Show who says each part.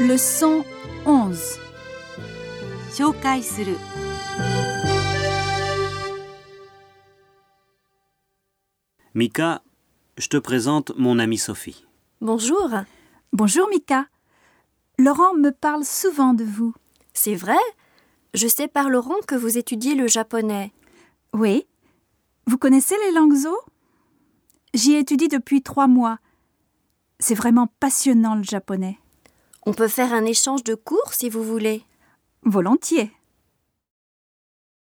Speaker 1: Leçon 11.
Speaker 2: 紹介する
Speaker 3: Mika, je te présente mon amie Sophie.
Speaker 4: Bonjour.
Speaker 1: Bonjour Mika. Laurent me parle souvent de vous.
Speaker 4: C'est vrai Je sais par Laurent que vous étudiez le japonais.
Speaker 1: Oui. Vous connaissez les langues zo J'y étudie depuis trois mois. C'est vraiment passionnant le japonais.
Speaker 4: On peut faire un échange de cours si vous voulez.
Speaker 1: Volontiers.